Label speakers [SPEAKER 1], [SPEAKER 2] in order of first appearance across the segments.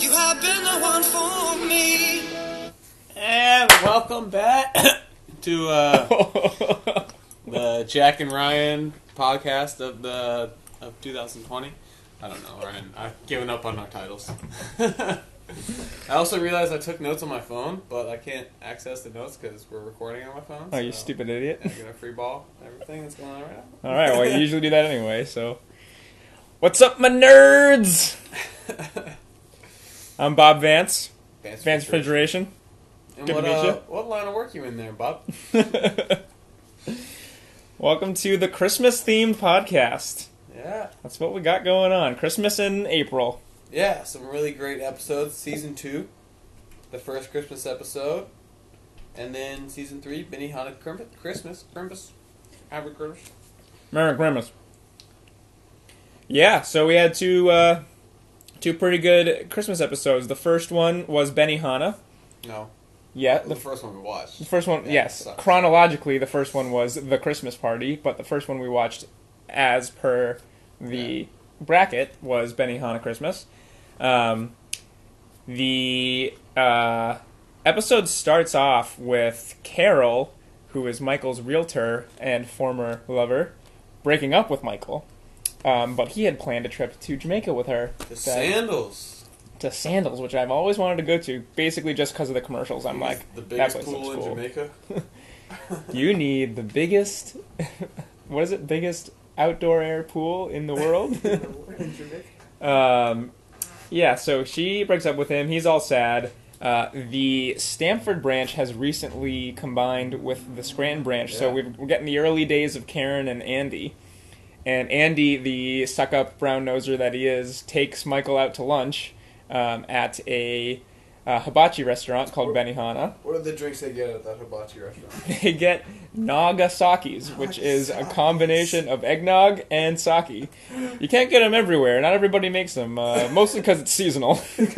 [SPEAKER 1] have been the one for me.
[SPEAKER 2] And welcome back to uh, the Jack and Ryan podcast of the of 2020. I don't know, Ryan. I've given up on our titles. I also realized I took notes on my phone, but I can't access the notes because we're recording on my phone.
[SPEAKER 3] Oh, you
[SPEAKER 2] so
[SPEAKER 3] stupid idiot.
[SPEAKER 2] I get a free ball. Everything that's going on right now.
[SPEAKER 3] All right, well, you usually do that anyway, so. What's up, my nerds? I'm Bob Vance,
[SPEAKER 2] Vance
[SPEAKER 3] Vance
[SPEAKER 2] Fisher.
[SPEAKER 3] Refrigeration. Good
[SPEAKER 2] And
[SPEAKER 3] to
[SPEAKER 2] what,
[SPEAKER 3] meet
[SPEAKER 2] uh,
[SPEAKER 3] you.
[SPEAKER 2] what line of work you in there, Bob?
[SPEAKER 3] Welcome to the Christmas themed podcast.
[SPEAKER 2] Yeah.
[SPEAKER 3] That's what we got going on. Christmas in April.
[SPEAKER 2] Yeah, some really great episodes. Season two, the first Christmas episode, and then season three, Benny Hanna Kermit, Christmas, Krampus, Albert Curtis.
[SPEAKER 3] Merry Christmas. Yeah, so we had two uh, two pretty good Christmas episodes. The first one was Benihana.
[SPEAKER 2] No,
[SPEAKER 3] Yeah,
[SPEAKER 2] that was
[SPEAKER 3] the
[SPEAKER 2] the first one we watched.
[SPEAKER 3] The first one,
[SPEAKER 2] Yeah,
[SPEAKER 3] yes.
[SPEAKER 2] sucks.
[SPEAKER 3] Chronologically, the first one was The Christmas Party, but the first one we watched as per the
[SPEAKER 2] Yeah.
[SPEAKER 3] bracket was Benihana Christmas. Um, the uh, episode starts off with Carol, who is Michael's realtor and former lover, breaking up with Michael. Um, but he had planned a trip to Jamaica with her
[SPEAKER 2] The
[SPEAKER 3] that-
[SPEAKER 2] sandals.
[SPEAKER 3] to Sandals, which I've always wanted to go to, basically just because of the commercials. I'm like,
[SPEAKER 2] the
[SPEAKER 3] that
[SPEAKER 2] biggest
[SPEAKER 3] place
[SPEAKER 2] pool
[SPEAKER 3] looks
[SPEAKER 2] in
[SPEAKER 3] cool.
[SPEAKER 2] Jamaica.
[SPEAKER 3] You need the biggest, what is it? Biggest outdoor air pool in the world.
[SPEAKER 2] In Jamaica.
[SPEAKER 3] um, yeah. So she breaks up with him. He's all sad. Uh, the Stamford branch has recently combined with the Scranton branch, so
[SPEAKER 2] Yeah.
[SPEAKER 3] we've, we're getting the early days of Karen and Andy. And Andy, the suck up brown noser that he is, takes Michael out to lunch um, at a uh, hibachi restaurant called Benihana
[SPEAKER 2] What are the drinks they get at that hibachi restaurant?
[SPEAKER 3] they get Nagasaki's, which is a
[SPEAKER 2] Nagasaki's.
[SPEAKER 3] combination of eggnog and sake. You can't get them everywhere. Not everybody makes them, uh, mostly because it's seasonal.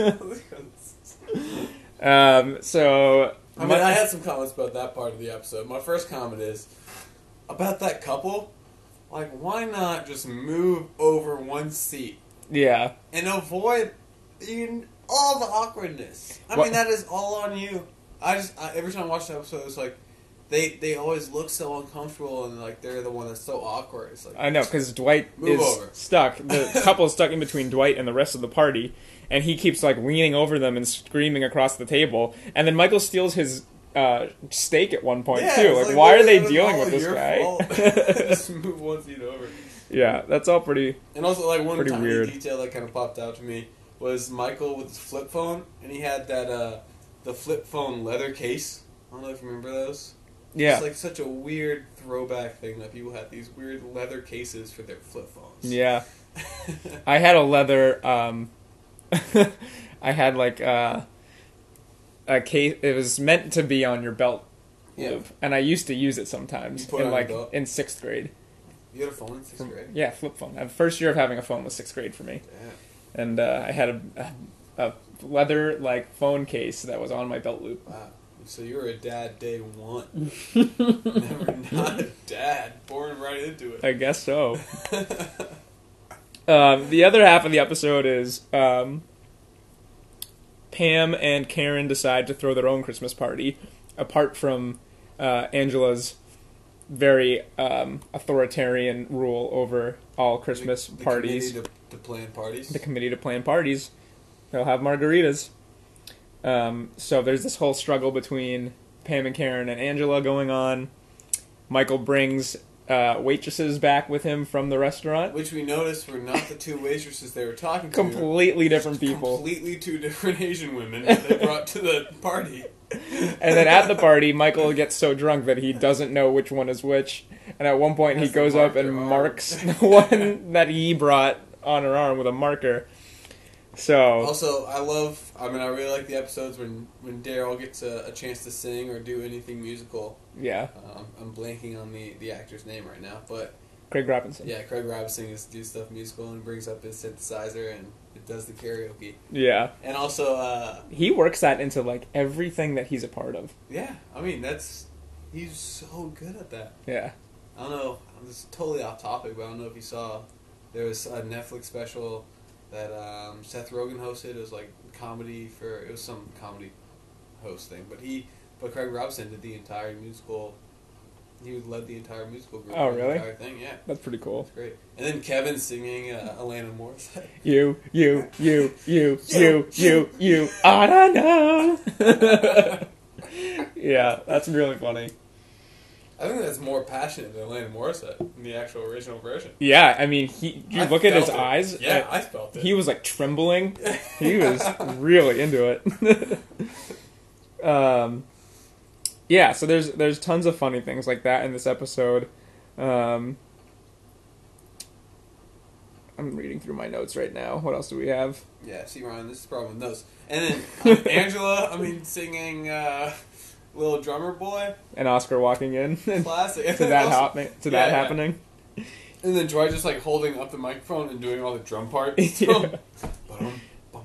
[SPEAKER 3] um, so,
[SPEAKER 2] I mean, I had some comments about that part of the episode. My first comment is about that couple. Like, why not just move over one seat?
[SPEAKER 3] yeah,
[SPEAKER 2] and avoid you, all the awkwardness. I
[SPEAKER 3] What-
[SPEAKER 2] mean, that is all on you. I just I, every time I watch the episode, it's like they they always look so uncomfortable and like they're the one that's so awkward. It's like
[SPEAKER 3] I know because Dwight is
[SPEAKER 2] Move over.
[SPEAKER 3] stuck. The couple's stuck in between Dwight and the rest of the party, and he keeps like leaning over them and screaming across the table. And then Michael steals his. Uh, steak at one point
[SPEAKER 2] Yeah,
[SPEAKER 3] too.
[SPEAKER 2] it's
[SPEAKER 3] Like, why are they
[SPEAKER 2] that was
[SPEAKER 3] dealing
[SPEAKER 2] all
[SPEAKER 3] with this
[SPEAKER 2] your
[SPEAKER 3] guy?
[SPEAKER 2] fault. just move one seat over.
[SPEAKER 3] yeah, that's all pretty.
[SPEAKER 2] And also, like one
[SPEAKER 3] Pretty
[SPEAKER 2] tiny
[SPEAKER 3] weird.
[SPEAKER 2] detail that kind of popped out to me was Michael with his flip phone, and he had that uh the flip phone leather case. I don't know if you remember those.
[SPEAKER 3] Yeah,
[SPEAKER 2] It's like such a weird throwback thing that people had these weird leather cases for their flip phones.
[SPEAKER 3] Yeah, I had a leather. Um, I had like uh, a case. It was meant to be on your belt
[SPEAKER 2] yeah.
[SPEAKER 3] loop, and I used to use it sometimes
[SPEAKER 2] You put it
[SPEAKER 3] in
[SPEAKER 2] on your
[SPEAKER 3] like
[SPEAKER 2] belt?
[SPEAKER 3] in sixth grade.
[SPEAKER 2] You had a phone in sixth grade?
[SPEAKER 3] Yeah, flip phone. Uh, First year of having a phone was sixth grade for me, and uh, I had a, a, a leather like phone case that was on my belt loop.
[SPEAKER 2] Wow. So you were a dad day one. Never not a dad. Born right into it.
[SPEAKER 3] I guess so. Um, the other half of the episode is um, Pam and Karen decide to throw their own Christmas party, apart from uh, Angela's very um, authoritarian rule over all Christmas
[SPEAKER 2] The- the
[SPEAKER 3] parties.
[SPEAKER 2] committee To, to plan parties.
[SPEAKER 3] the committee to plan parties, they'll have margaritas. Um, so there's this whole struggle between Pam and Karen and Angela going on. Michael brings uh, waitresses back with him from the restaurant.
[SPEAKER 2] Which we noticed were not the two waitresses they were talking to.
[SPEAKER 3] completely different people.
[SPEAKER 2] Completely two different Asian women that they brought to the party.
[SPEAKER 3] And then at the party, Michael gets so drunk that he doesn't know which one is which. And at one point, he
[SPEAKER 2] Has to
[SPEAKER 3] goes
[SPEAKER 2] mark
[SPEAKER 3] up and
[SPEAKER 2] your arm.
[SPEAKER 3] marks the one that he brought on her arm with a marker. So
[SPEAKER 2] Also, I love. I mean, I really like the episodes when when Daryl gets a, a chance to sing or do anything musical.
[SPEAKER 3] yeah,
[SPEAKER 2] Um, I'm blanking on the the actor's name right now, but
[SPEAKER 3] Craig Robinson.
[SPEAKER 2] Yeah, Craig Robinson is do stuff musical and brings up his synthesizer and it does the karaoke.
[SPEAKER 3] Yeah,
[SPEAKER 2] And also, uh,
[SPEAKER 3] he works that into like everything that he's a part of.
[SPEAKER 2] yeah, I mean that's he's so good at that.
[SPEAKER 3] Yeah,
[SPEAKER 2] I don't know. I'm just totally off topic, but I don't know if you saw there was a Netflix special that um, Seth Rogen hosted. It was like comedy for it was some comedy host thing, but he but Craig Robson did the entire musical. He led the entire musical group.
[SPEAKER 3] Oh,
[SPEAKER 2] the
[SPEAKER 3] really?
[SPEAKER 2] Entire thing, yeah.
[SPEAKER 3] That's pretty cool.
[SPEAKER 2] It's great. And then Kevin singing uh, Alana Morris.
[SPEAKER 3] You, you, you, you, you, you, you. I don't know. yeah, that's really funny.
[SPEAKER 2] I think that's more passionate than Alanis Morissette in the actual original version.
[SPEAKER 3] Yeah, I mean, he. You
[SPEAKER 2] I
[SPEAKER 3] look at his
[SPEAKER 2] felt it.
[SPEAKER 3] eyes.
[SPEAKER 2] Yeah,
[SPEAKER 3] uh,
[SPEAKER 2] I felt it.
[SPEAKER 3] he was like trembling. He was really into it. um, yeah, so there's there's tons of funny things like that in this episode. Um, I'm reading through my notes right now. What else do we have?
[SPEAKER 2] yeah, see, Ryan, this is the problem with those. And then um, Angela, I mean, singing uh, Little Drummer Boy.
[SPEAKER 3] And Oscar walking in to
[SPEAKER 2] Classic.
[SPEAKER 3] that happening. To
[SPEAKER 2] Yeah,
[SPEAKER 3] that
[SPEAKER 2] yeah.
[SPEAKER 3] happening.
[SPEAKER 2] And then Troy just like holding up the microphone and doing all the drum parts.
[SPEAKER 3] Yeah.
[SPEAKER 2] Ba-dum, bum.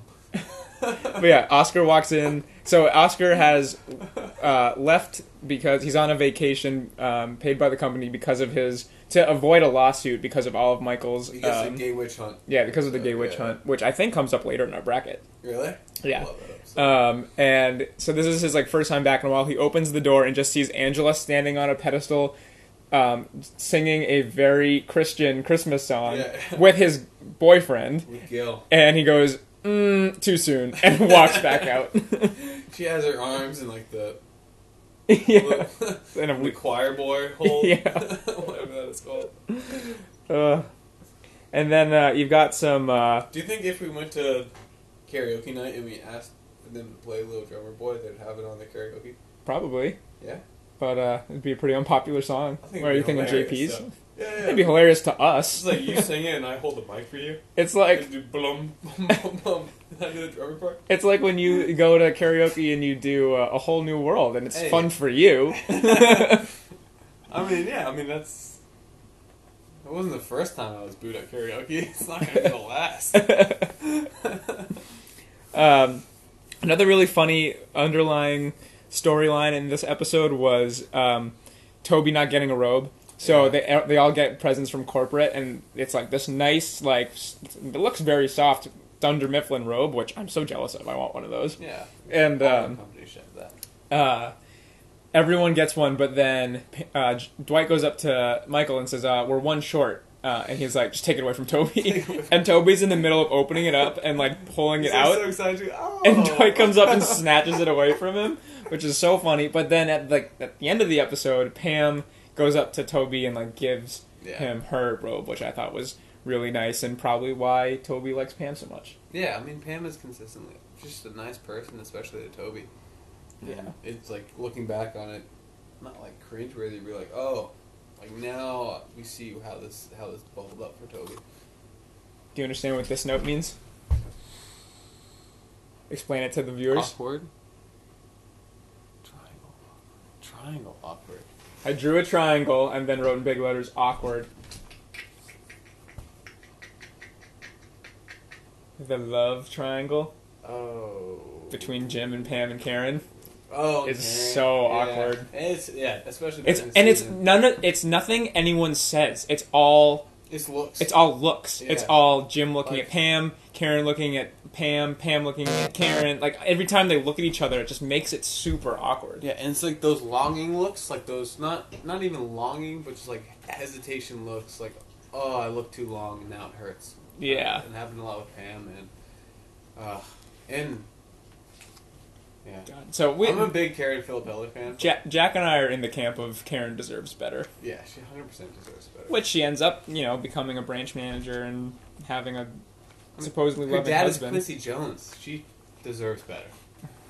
[SPEAKER 3] But yeah, Oscar walks in. So Oscar has uh, left because he's on a vacation um, paid by the company because of his to avoid a lawsuit because of all of Michael's.
[SPEAKER 2] because
[SPEAKER 3] um,
[SPEAKER 2] of Gay Witch Hunt.
[SPEAKER 3] yeah, because of the gay
[SPEAKER 2] Uh,
[SPEAKER 3] witch
[SPEAKER 2] yeah.
[SPEAKER 3] hunt, which I think comes up later in our bracket.
[SPEAKER 2] Really?
[SPEAKER 3] Yeah.
[SPEAKER 2] Love that episode.
[SPEAKER 3] Um, and so this is his like first time back in a while. He opens the door and just sees Angela standing on a pedestal, um, singing a very Christian Christmas song
[SPEAKER 2] Yeah.
[SPEAKER 3] with his boyfriend,
[SPEAKER 2] With Gil.
[SPEAKER 3] and he goes. Mm, too soon, and walks back out.
[SPEAKER 2] She has her arms in like the,
[SPEAKER 3] yeah, in a
[SPEAKER 2] the choir boy hold.
[SPEAKER 3] Yeah.
[SPEAKER 2] Whatever that is called.
[SPEAKER 3] Uh, and then uh, you've got some. Uh,
[SPEAKER 2] Do you think if we went to karaoke night and we asked them to play Little Drummer Boy, they'd have it on the karaoke?
[SPEAKER 3] probably.
[SPEAKER 2] Yeah.
[SPEAKER 3] But uh, it'd be a pretty unpopular song.
[SPEAKER 2] I
[SPEAKER 3] What are you
[SPEAKER 2] it'd be
[SPEAKER 3] thinking,
[SPEAKER 2] hilarious,
[SPEAKER 3] JP's?
[SPEAKER 2] though. Yeah, yeah.
[SPEAKER 3] It'd be hilarious to
[SPEAKER 2] It's
[SPEAKER 3] us.
[SPEAKER 2] like you sing it and I hold the mic for you.
[SPEAKER 3] It's like
[SPEAKER 2] Just do blum, blum, blum, blum. And I do the drummer part.
[SPEAKER 3] it's like when you go to karaoke and you do uh, a whole new world, and it's
[SPEAKER 2] Hey.
[SPEAKER 3] fun for you.
[SPEAKER 2] I mean, yeah, I mean, that's. That wasn't the first time I was booed at karaoke. It's not going to be the last.
[SPEAKER 3] um, another really funny underlying storyline in this episode was um, Toby not getting a robe. So they they all get presents from corporate, and it's like this nice, like s- it looks very soft Dunder Mifflin robe, which I'm so jealous of. I want one of those.
[SPEAKER 2] yeah.
[SPEAKER 3] And
[SPEAKER 2] All
[SPEAKER 3] um,
[SPEAKER 2] companies should have that.
[SPEAKER 3] uh, everyone gets one, but then uh, J- Dwight goes up to Michael and says, uh, "We're one short." Uh, and he's like, just take it away from Toby. and Toby's in the middle of opening it up and like pulling it
[SPEAKER 2] He's
[SPEAKER 3] out.
[SPEAKER 2] so excited. too. Oh.
[SPEAKER 3] And Dwight comes up and snatches it away from him, which is so funny. But then at like at the end of the episode, Pam goes up to Toby and like gives
[SPEAKER 2] Yeah.
[SPEAKER 3] him her robe, which I thought was really nice and probably why Toby likes Pam so much.
[SPEAKER 2] Yeah, I mean, Pam is consistently just a nice person, especially to Toby.
[SPEAKER 3] Yeah.
[SPEAKER 2] It's like looking back on it, not like cringeworthy, but like, oh, like now we see how this how this bubbled up for Toby.
[SPEAKER 3] Do you understand what this note means? Explain it to the viewers.
[SPEAKER 2] Awkward. Triangle. Triangle awkward.
[SPEAKER 3] I drew a triangle and then wrote in big letters awkward. The love triangle
[SPEAKER 2] Oh.
[SPEAKER 3] between Jim and Pam and Karen.
[SPEAKER 2] Oh,
[SPEAKER 3] It's
[SPEAKER 2] Karen.
[SPEAKER 3] so
[SPEAKER 2] Yeah.
[SPEAKER 3] awkward.
[SPEAKER 2] It's yeah, especially
[SPEAKER 3] It's
[SPEAKER 2] during the
[SPEAKER 3] and it's
[SPEAKER 2] season.
[SPEAKER 3] none of it's nothing anyone says. It's all
[SPEAKER 2] it's looks.
[SPEAKER 3] it's all looks. It's
[SPEAKER 2] Yeah.
[SPEAKER 3] all Jim looking
[SPEAKER 2] Like-
[SPEAKER 3] at Pam, Karen looking at Pam, Pam looking at Karen. Like every time they look at each other, it just makes it super awkward.
[SPEAKER 2] yeah, and it's like those longing looks, like those not not even longing, but just like hesitation looks, like oh, I look too long and now it hurts.
[SPEAKER 3] Yeah.
[SPEAKER 2] and it happened a lot with Pam and uh, and yeah.
[SPEAKER 3] God. So we,
[SPEAKER 2] I'm a big Karen Filipelli fan.
[SPEAKER 3] Jack, Jack and I are in the camp of Karen deserves better,
[SPEAKER 2] Yeah, she 100 percent deserves better.
[SPEAKER 3] which she ends up, you know, becoming a branch manager and having a supposedly
[SPEAKER 2] Her
[SPEAKER 3] loving
[SPEAKER 2] dad is
[SPEAKER 3] husband.
[SPEAKER 2] Quincy Jones. She deserves better.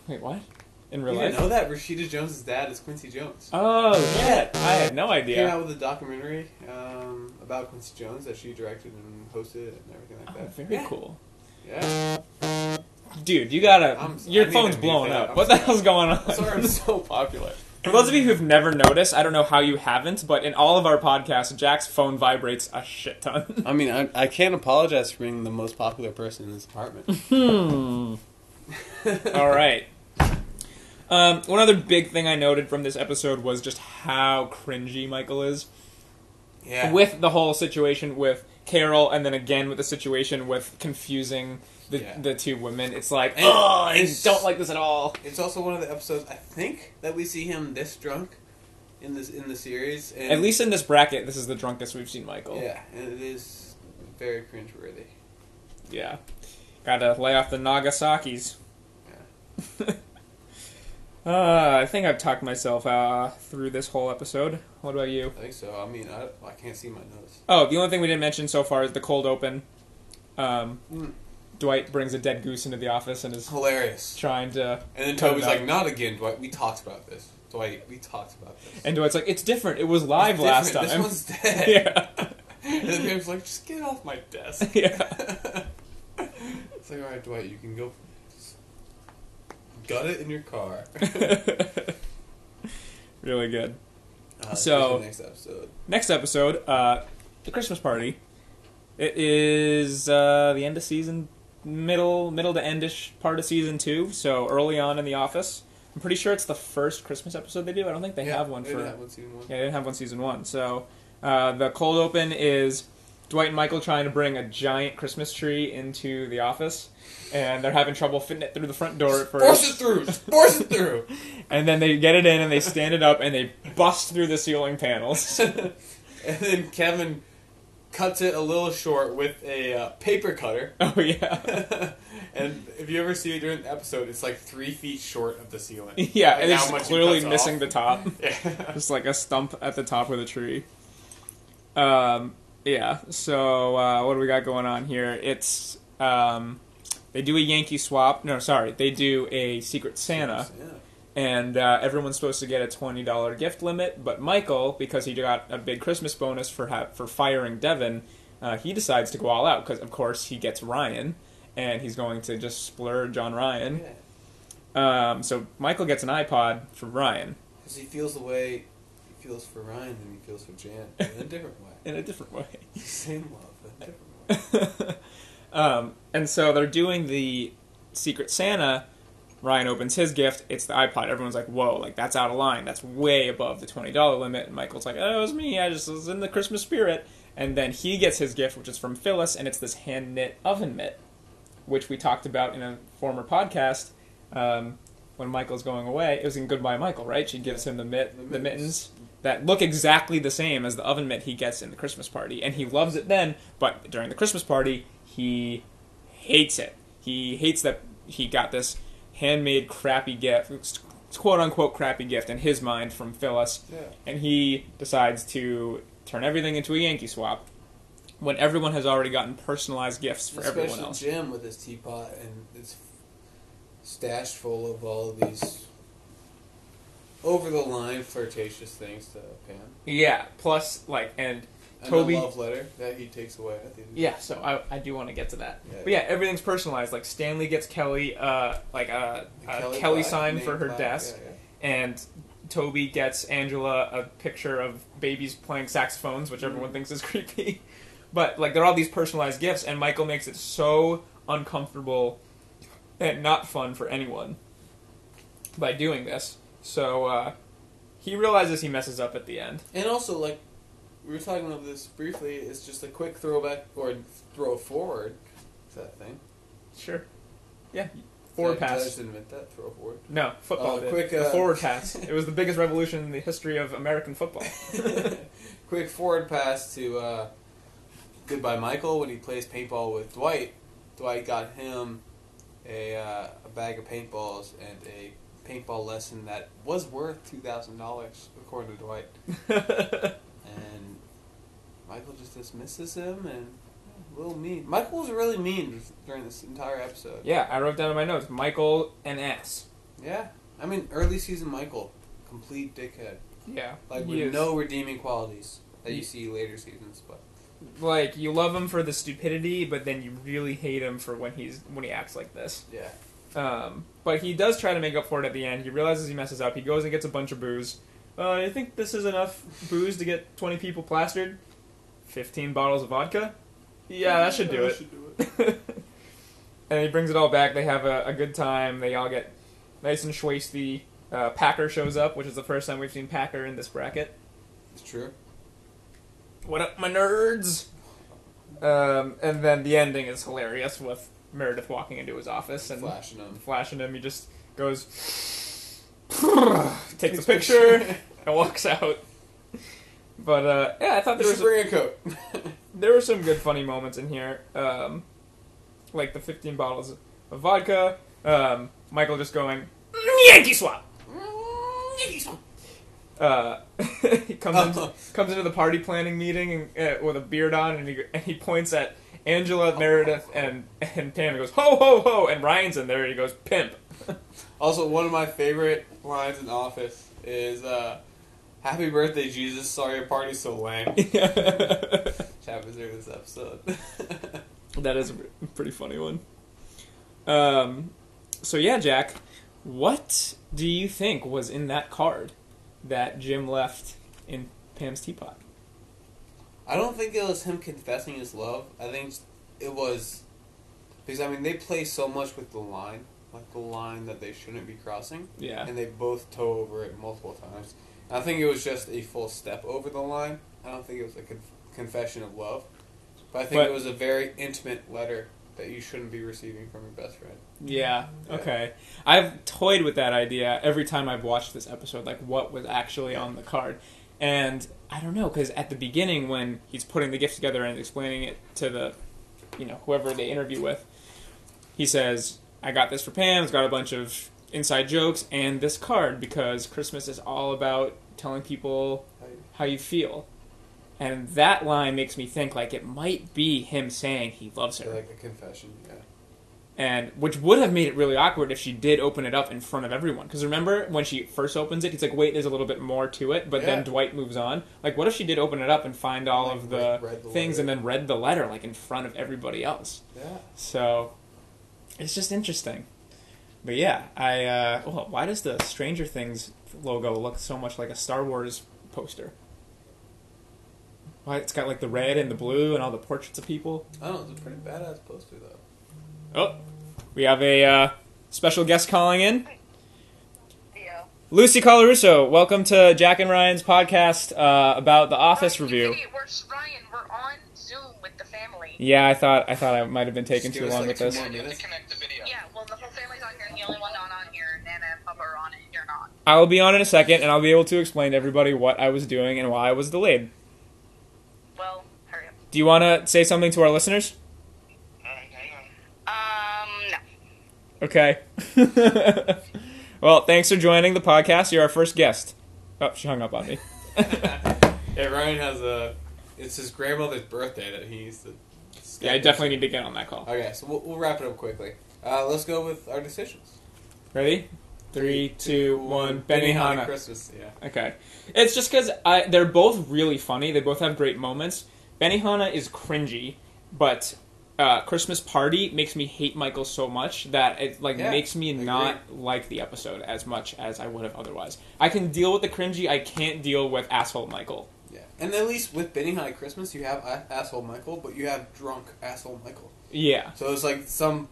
[SPEAKER 3] Wait, what? In
[SPEAKER 2] You
[SPEAKER 3] real
[SPEAKER 2] didn't
[SPEAKER 3] life?
[SPEAKER 2] know that Rashida Jones' dad is Quincy Jones.
[SPEAKER 3] Oh, yeah. I had no
[SPEAKER 2] Came
[SPEAKER 3] idea.
[SPEAKER 2] out with a documentary um, about Quincy Jones that she directed and hosted and everything like
[SPEAKER 3] Oh,
[SPEAKER 2] that.
[SPEAKER 3] very cool.
[SPEAKER 2] Yeah.
[SPEAKER 3] Dude, you gotta.
[SPEAKER 2] I'm- I
[SPEAKER 3] your
[SPEAKER 2] need
[SPEAKER 3] phone's
[SPEAKER 2] to mute
[SPEAKER 3] blown
[SPEAKER 2] that.
[SPEAKER 3] up.
[SPEAKER 2] I'm
[SPEAKER 3] What the
[SPEAKER 2] sorry.
[SPEAKER 3] hell's going
[SPEAKER 2] I'm
[SPEAKER 3] on?
[SPEAKER 2] sorry, I'm so popular.
[SPEAKER 3] For those of you who've never noticed, I don't know how you haven't, but in all of our podcasts, Jack's phone vibrates a shit ton.
[SPEAKER 2] I mean, I, I can't apologize for being the most popular person in this apartment.
[SPEAKER 3] Hmm. all right. Um, one other big thing I noted from this episode was just how cringy Michael is.
[SPEAKER 2] Yeah.
[SPEAKER 3] with the whole situation with Carol, and then again with the situation with confusing the,
[SPEAKER 2] Yeah.
[SPEAKER 3] the two women. It's like,
[SPEAKER 2] And-
[SPEAKER 3] oh, I
[SPEAKER 2] it's-
[SPEAKER 3] don't like this at all.
[SPEAKER 2] it's also one of the episodes I think that we see him this drunk in this in the series. And,
[SPEAKER 3] At least in this bracket, this is the drunkest we've seen Michael.
[SPEAKER 2] yeah, and it is very cringeworthy.
[SPEAKER 3] Yeah. Gotta lay off the Nagasaki's. uh, I think I've talked myself uh, through this whole episode. What about you?
[SPEAKER 2] I think so. I mean, I, I can't see my nose.
[SPEAKER 3] Oh, the only thing we didn't mention so far is the cold open. Um,
[SPEAKER 2] Mm.
[SPEAKER 3] Dwight brings a dead goose into the office and is
[SPEAKER 2] Hilarious.
[SPEAKER 3] trying to.
[SPEAKER 2] And then
[SPEAKER 3] Cut it
[SPEAKER 2] Toby's
[SPEAKER 3] out.
[SPEAKER 2] like, "Not again, Dwight. We talked about this, Dwight. We talked about this.
[SPEAKER 3] And Dwight's like, it's different. It was live
[SPEAKER 2] It's
[SPEAKER 3] last
[SPEAKER 2] different.
[SPEAKER 3] time.
[SPEAKER 2] This one's dead."
[SPEAKER 3] yeah.
[SPEAKER 2] And then Pam's like, "Just get off my desk."
[SPEAKER 3] yeah.
[SPEAKER 2] it's like, all right, Dwight, you can go gut it in your car.
[SPEAKER 3] really good.
[SPEAKER 2] Uh,
[SPEAKER 3] So-
[SPEAKER 2] here's the next episode.
[SPEAKER 3] Next episode, uh, the Christmas party. It is uh, the end of season, middle middle to endish part of season two, so early on in the office. I'm pretty sure it's the first Christmas episode they do. I don't think they have one
[SPEAKER 2] they
[SPEAKER 3] for.
[SPEAKER 2] didn't have one season one.
[SPEAKER 3] Yeah, they didn't have one season one. So uh, the cold open is Dwight and Michael trying to bring a giant Christmas tree into the office, and they're having trouble fitting it through the front door at
[SPEAKER 2] Force it
[SPEAKER 3] first.
[SPEAKER 2] through. Just force it through.
[SPEAKER 3] And then they get it in, and they stand it up, and they bust through the ceiling panels.
[SPEAKER 2] and then Kevin cuts it a little short with a uh, paper cutter.
[SPEAKER 3] oh yeah.
[SPEAKER 2] and if you ever see it during the episode, it's like three feet short of the ceiling.
[SPEAKER 3] Yeah, and
[SPEAKER 2] how
[SPEAKER 3] it's
[SPEAKER 2] much he
[SPEAKER 3] clearly
[SPEAKER 2] cuts
[SPEAKER 3] missing
[SPEAKER 2] off.
[SPEAKER 3] the top.
[SPEAKER 2] Yeah.
[SPEAKER 3] Just like a stump at the top of the tree. Um, yeah, so uh, what do we got going on here? It's. Um, they do a Yankee swap. No, sorry. They do a Secret Santa. And uh, everyone's supposed to get a $20 gift limit, but Michael, because he got a big Christmas bonus for, ha- for firing Devin, uh, he decides to go all out because, of course, he gets Ryan, and he's going to just splurge on Ryan.
[SPEAKER 2] Yeah.
[SPEAKER 3] Um, so Michael gets an iPod for Ryan
[SPEAKER 2] Because he feels the way he feels for Ryan than he feels for Jan in a different way.
[SPEAKER 3] in a different way.
[SPEAKER 2] Same love, but a different way.
[SPEAKER 3] um, and so they're doing the Secret Santa. Ryan opens his gift. It's the iPod. Everyone's like, "Whoa! Like that's out of line. That's way above the twenty dollar limit." And Michael's like, "Oh, it was me. I just was in the Christmas spirit." And then he gets his gift, which is from Phyllis, and it's this hand knit oven mitt, which we talked about in a former podcast um, when Michael's going away. It was in Goodbye Michael, right? She gives him the mitt,
[SPEAKER 2] The
[SPEAKER 3] the
[SPEAKER 2] mittens.
[SPEAKER 3] mittens that look exactly the same as the oven mitt he gets in the Christmas party, and he loves it then. But during the Christmas party, he hates it. He hates that he got this handmade crappy gift, quote unquote crappy gift in his mind from Phyllis,
[SPEAKER 2] Yeah.
[SPEAKER 3] and he decides to turn everything into a Yankee swap when everyone has already gotten personalized gifts for
[SPEAKER 2] Especially
[SPEAKER 3] everyone else.
[SPEAKER 2] Jim with his teapot and it's stashed full of all of these over the line flirtatious things to Pam.
[SPEAKER 3] Yeah, plus like and
[SPEAKER 2] And
[SPEAKER 3] Toby-
[SPEAKER 2] a love letter that he takes away at the end.
[SPEAKER 3] Yeah, so I, I do want to get to that.
[SPEAKER 2] Yeah.
[SPEAKER 3] But yeah, everything's personalized. Like Stanley gets Kelly uh like a,
[SPEAKER 2] The
[SPEAKER 3] a Uh, Kelly,
[SPEAKER 2] plaque,
[SPEAKER 3] sign for
[SPEAKER 2] name
[SPEAKER 3] her
[SPEAKER 2] plaque,
[SPEAKER 3] desk,
[SPEAKER 2] yeah, yeah.
[SPEAKER 3] and Toby gets Angela a picture of babies playing saxophones, which
[SPEAKER 2] Mm.
[SPEAKER 3] everyone thinks is creepy. But like they're all these personalized gifts, and Michael makes it so uncomfortable and not fun for anyone by doing this. So uh, he realizes he messes up at the end.
[SPEAKER 2] And also, like, we were talking about this briefly, it's just a quick throwback or throw forward. Is that a thing?
[SPEAKER 3] Sure. Yeah. Forward
[SPEAKER 2] Did I- did I
[SPEAKER 3] pass.
[SPEAKER 2] just invent that? Throw forward.
[SPEAKER 3] No, football.
[SPEAKER 2] Oh,
[SPEAKER 3] did.
[SPEAKER 2] quick,
[SPEAKER 3] The
[SPEAKER 2] uh,
[SPEAKER 3] forward pass. it was the biggest revolution in the history of American football.
[SPEAKER 2] quick forward pass to uh, goodbye Michael when he plays paintball with Dwight. Dwight got him a, uh, a bag of paintballs and a paintball lesson that was worth two thousand dollars according to Dwight. And Michael just dismisses him and a little mean. Michael was really mean during this entire episode.
[SPEAKER 3] yeah, I wrote down in my notes Michael and S.
[SPEAKER 2] Yeah, I mean early season Michael, complete dickhead.
[SPEAKER 3] Yeah,
[SPEAKER 2] Like
[SPEAKER 3] he
[SPEAKER 2] with
[SPEAKER 3] is-
[SPEAKER 2] no redeeming qualities that
[SPEAKER 3] Ye-
[SPEAKER 2] you see later seasons, but.
[SPEAKER 3] like you love him for the stupidity, but then you really hate him for when he's when he acts like this.
[SPEAKER 2] Yeah.
[SPEAKER 3] Um, but he does try to make up for it at the end. He realizes he messes up. He goes and gets a bunch of booze. Uh, I think this is enough booze to get twenty people plastered. Fifteen bottles of vodka. Yeah, that should do it.
[SPEAKER 2] Oh,
[SPEAKER 3] and he brings it all back. They have a, a good time. They all get nice and schwasty. Uh, Packer shows up, which is the first time we've seen Packer in this bracket.
[SPEAKER 2] It's true.
[SPEAKER 3] What up, my nerds? Um, and then the ending is hilarious with Meredith walking into his office and
[SPEAKER 2] Flashing them.
[SPEAKER 3] flashing him. He just goes, takes a picture, and walks out. But uh, yeah, I thought there
[SPEAKER 2] You
[SPEAKER 3] was
[SPEAKER 2] should
[SPEAKER 3] a,
[SPEAKER 2] bring a coat.
[SPEAKER 3] there were some good funny moments in here, um, like the 15 bottles of vodka. Um, Michael just going Yankee swap. Uh, he comes into, comes into the party planning meeting and, uh, with a beard on, and he and he points at Angela, Meredith, and and Pam, and goes ho ho ho, and Ryan's in there, and he goes pimp.
[SPEAKER 2] also, one of my favorite lines in Office is uh, "Happy birthday, Jesus! Sorry your party's so lame."
[SPEAKER 3] that
[SPEAKER 2] Which happens during this episode.
[SPEAKER 3] is a pr- pretty funny one. Um, so yeah, Jack, what do you think was in that card that Jim left in Pam's teapot?
[SPEAKER 2] I don't think it was him confessing his love. I think it was because I mean they play so much with the line, like the line that they shouldn't be crossing.
[SPEAKER 3] Yeah,
[SPEAKER 2] and they both toe over it multiple times. And I think it was just a full step over the line. I don't think it was a conf- confession of love, but I think
[SPEAKER 3] But-
[SPEAKER 2] it was a very intimate letter that you shouldn't be receiving from your best friend.
[SPEAKER 3] Yeah. Okay. I've toyed with that idea every time I've watched this episode, like what was actually on the card, and I don't know because at the beginning when he's putting the gift together and explaining it to the, you know, whoever they interview with, he says, "I got this for Pam. It's got a bunch of inside jokes and this card because Christmas is all about telling people how you feel." And that line makes me think like it might be him saying he loves her
[SPEAKER 2] So like a confession, yeah.
[SPEAKER 3] and which would have made it really awkward if she did open it up in front of everyone. Because remember when she first opens it, he's like, "Wait, there's a little bit more to it." But
[SPEAKER 2] Yeah.
[SPEAKER 3] then Dwight moves on. Like, what if she did open it up and find all
[SPEAKER 2] Like,
[SPEAKER 3] of the,
[SPEAKER 2] read- read the
[SPEAKER 3] things
[SPEAKER 2] letter.
[SPEAKER 3] and then read the letter like in front of everybody else?
[SPEAKER 2] Yeah.
[SPEAKER 3] So it's just interesting. But yeah, I uh, well, why does the Stranger Things logo look so much like a Star Wars poster? Why it's got like the red and the blue and all the portraits of people.
[SPEAKER 2] I don't know, it's a pretty badass poster though.
[SPEAKER 3] Oh, we have a uh, special guest calling in.
[SPEAKER 4] Theo.
[SPEAKER 3] Lucy Colarusso, welcome to Jack and Ryan's podcast uh, about the Office
[SPEAKER 4] Ryan,
[SPEAKER 3] review.
[SPEAKER 4] Hey, we're Ryan. We're on Zoom with the family.
[SPEAKER 3] Yeah, I thought I thought I might have been taking
[SPEAKER 2] Just
[SPEAKER 3] too
[SPEAKER 2] give us,
[SPEAKER 3] long
[SPEAKER 2] like,
[SPEAKER 3] with
[SPEAKER 2] two
[SPEAKER 3] this.
[SPEAKER 2] more minutes.
[SPEAKER 4] Yeah. well, the whole family's on here. and The only one not on here, and Nana and Papa are on it. and You're not.
[SPEAKER 3] I will be on in a second, and I'll be able to explain to everybody what I was doing and why I was delayed.
[SPEAKER 4] Well, hurry up.
[SPEAKER 3] Do you want to say something to our listeners?
[SPEAKER 4] Um, no.
[SPEAKER 3] Okay. well, thanks for joining the podcast. You're our first guest. Oh, she hung up on me.
[SPEAKER 2] Yeah, Ryan has a. It's his grandmother's birthday that he needs to.
[SPEAKER 3] Yeah, I definitely need to get on that call.
[SPEAKER 2] Okay, so we'll, we'll wrap it up quickly. Uh, let's go with our decisions.
[SPEAKER 3] Ready? Three, two, one. Benihana.
[SPEAKER 2] Christmas. Yeah.
[SPEAKER 3] Okay, it's just because I they're both really funny. They both have great moments. Benihana is cringy, but uh, Christmas Party makes me hate Michael so much that it like
[SPEAKER 2] Yeah,
[SPEAKER 3] makes me
[SPEAKER 2] agree.
[SPEAKER 3] not like the episode as much as I would have otherwise. I can deal with the cringy. I can't deal with asshole Michael.
[SPEAKER 2] Yeah, and at least with Benny High Christmas, you have a- asshole Michael, but you have drunk asshole Michael.
[SPEAKER 3] Yeah,
[SPEAKER 2] So it's like some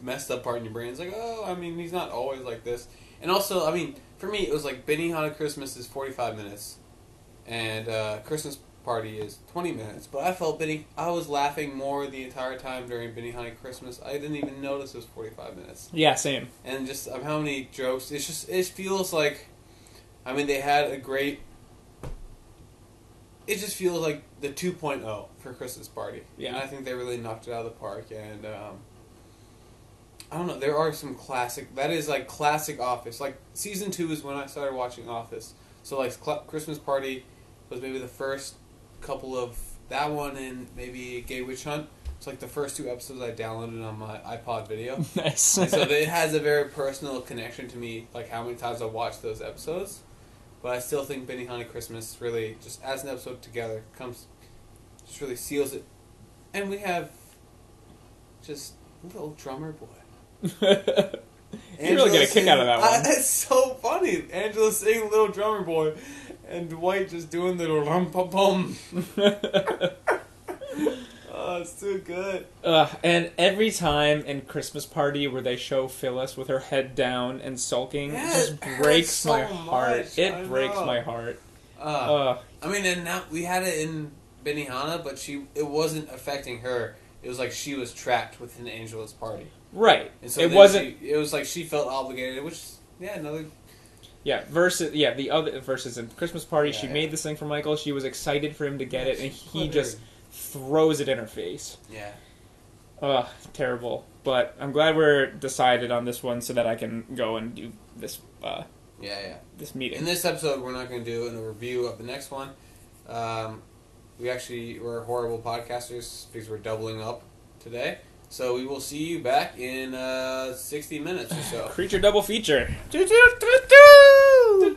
[SPEAKER 2] messed up part in your brain. It's like, oh, I mean, he's not always like this. And also, I mean, for me, it was like Benny High Christmas is forty five minutes, and uh, Christmas party is twenty minutes. But I felt Benny, I was laughing more the entire time during Benny High Christmas. I didn't even notice it was forty five minutes
[SPEAKER 3] yeah, same.
[SPEAKER 2] and just um, how many jokes. It's just it feels like, I mean, they had a great. It just feels like the 2.0 for Christmas Party,
[SPEAKER 3] Yeah.
[SPEAKER 2] and I think they really knocked it out of the park. And um, I don't know, there are some classic. That is like classic Office. Like season two is when I started watching Office. So like cl- Christmas Party was maybe the first couple of that one and maybe Gay Witch Hunt. It's like the first two episodes I downloaded on my iPod video.
[SPEAKER 3] Nice.
[SPEAKER 2] And so it has a very personal connection to me, like how many times I watched those episodes. But I still think Benny Honey Christmas really just as an episode together comes, just really seals it. And we have just little drummer boy.
[SPEAKER 3] You really get a kick out of that one.
[SPEAKER 2] I- it's so funny. Angela singing "Little Drummer Boy," and Dwight just doing the rum pum pum. Oh, it's too good.
[SPEAKER 3] Ugh, Uh, and every time in Christmas party where they show Phyllis with her head down and sulking,
[SPEAKER 2] Yeah,
[SPEAKER 3] it just
[SPEAKER 2] it hurts
[SPEAKER 3] breaks
[SPEAKER 2] so
[SPEAKER 3] my heart.
[SPEAKER 2] much,
[SPEAKER 3] It
[SPEAKER 2] I
[SPEAKER 3] breaks
[SPEAKER 2] know.
[SPEAKER 3] my heart.
[SPEAKER 2] Uh,
[SPEAKER 3] Uh,
[SPEAKER 2] I mean, and now we had it in Benihana, but she it wasn't affecting her. It was like she was trapped within Angela's party,
[SPEAKER 3] right.
[SPEAKER 2] and so
[SPEAKER 3] it
[SPEAKER 2] then
[SPEAKER 3] wasn't.
[SPEAKER 2] She, it was like she felt obligated, which is- yeah, another
[SPEAKER 3] Yeah, versus yeah the other versus in Christmas party she
[SPEAKER 2] Yeah,
[SPEAKER 3] made
[SPEAKER 2] yeah.
[SPEAKER 3] this thing for Michael. She was excited for him to get it, and he
[SPEAKER 2] Whatever.
[SPEAKER 3] just throws it in her face.
[SPEAKER 2] yeah.
[SPEAKER 3] Ugh, terrible. But I'm glad we're decided on this one so that I can go and do this uh,
[SPEAKER 2] Yeah,
[SPEAKER 3] this
[SPEAKER 2] yeah. In
[SPEAKER 3] meeting.
[SPEAKER 2] this episode, we're not going to do a review of the next one. Um, we actually we're horrible podcasters because we're doubling up today. So we will see you back in uh, sixty minutes or so.
[SPEAKER 3] Creature double feature.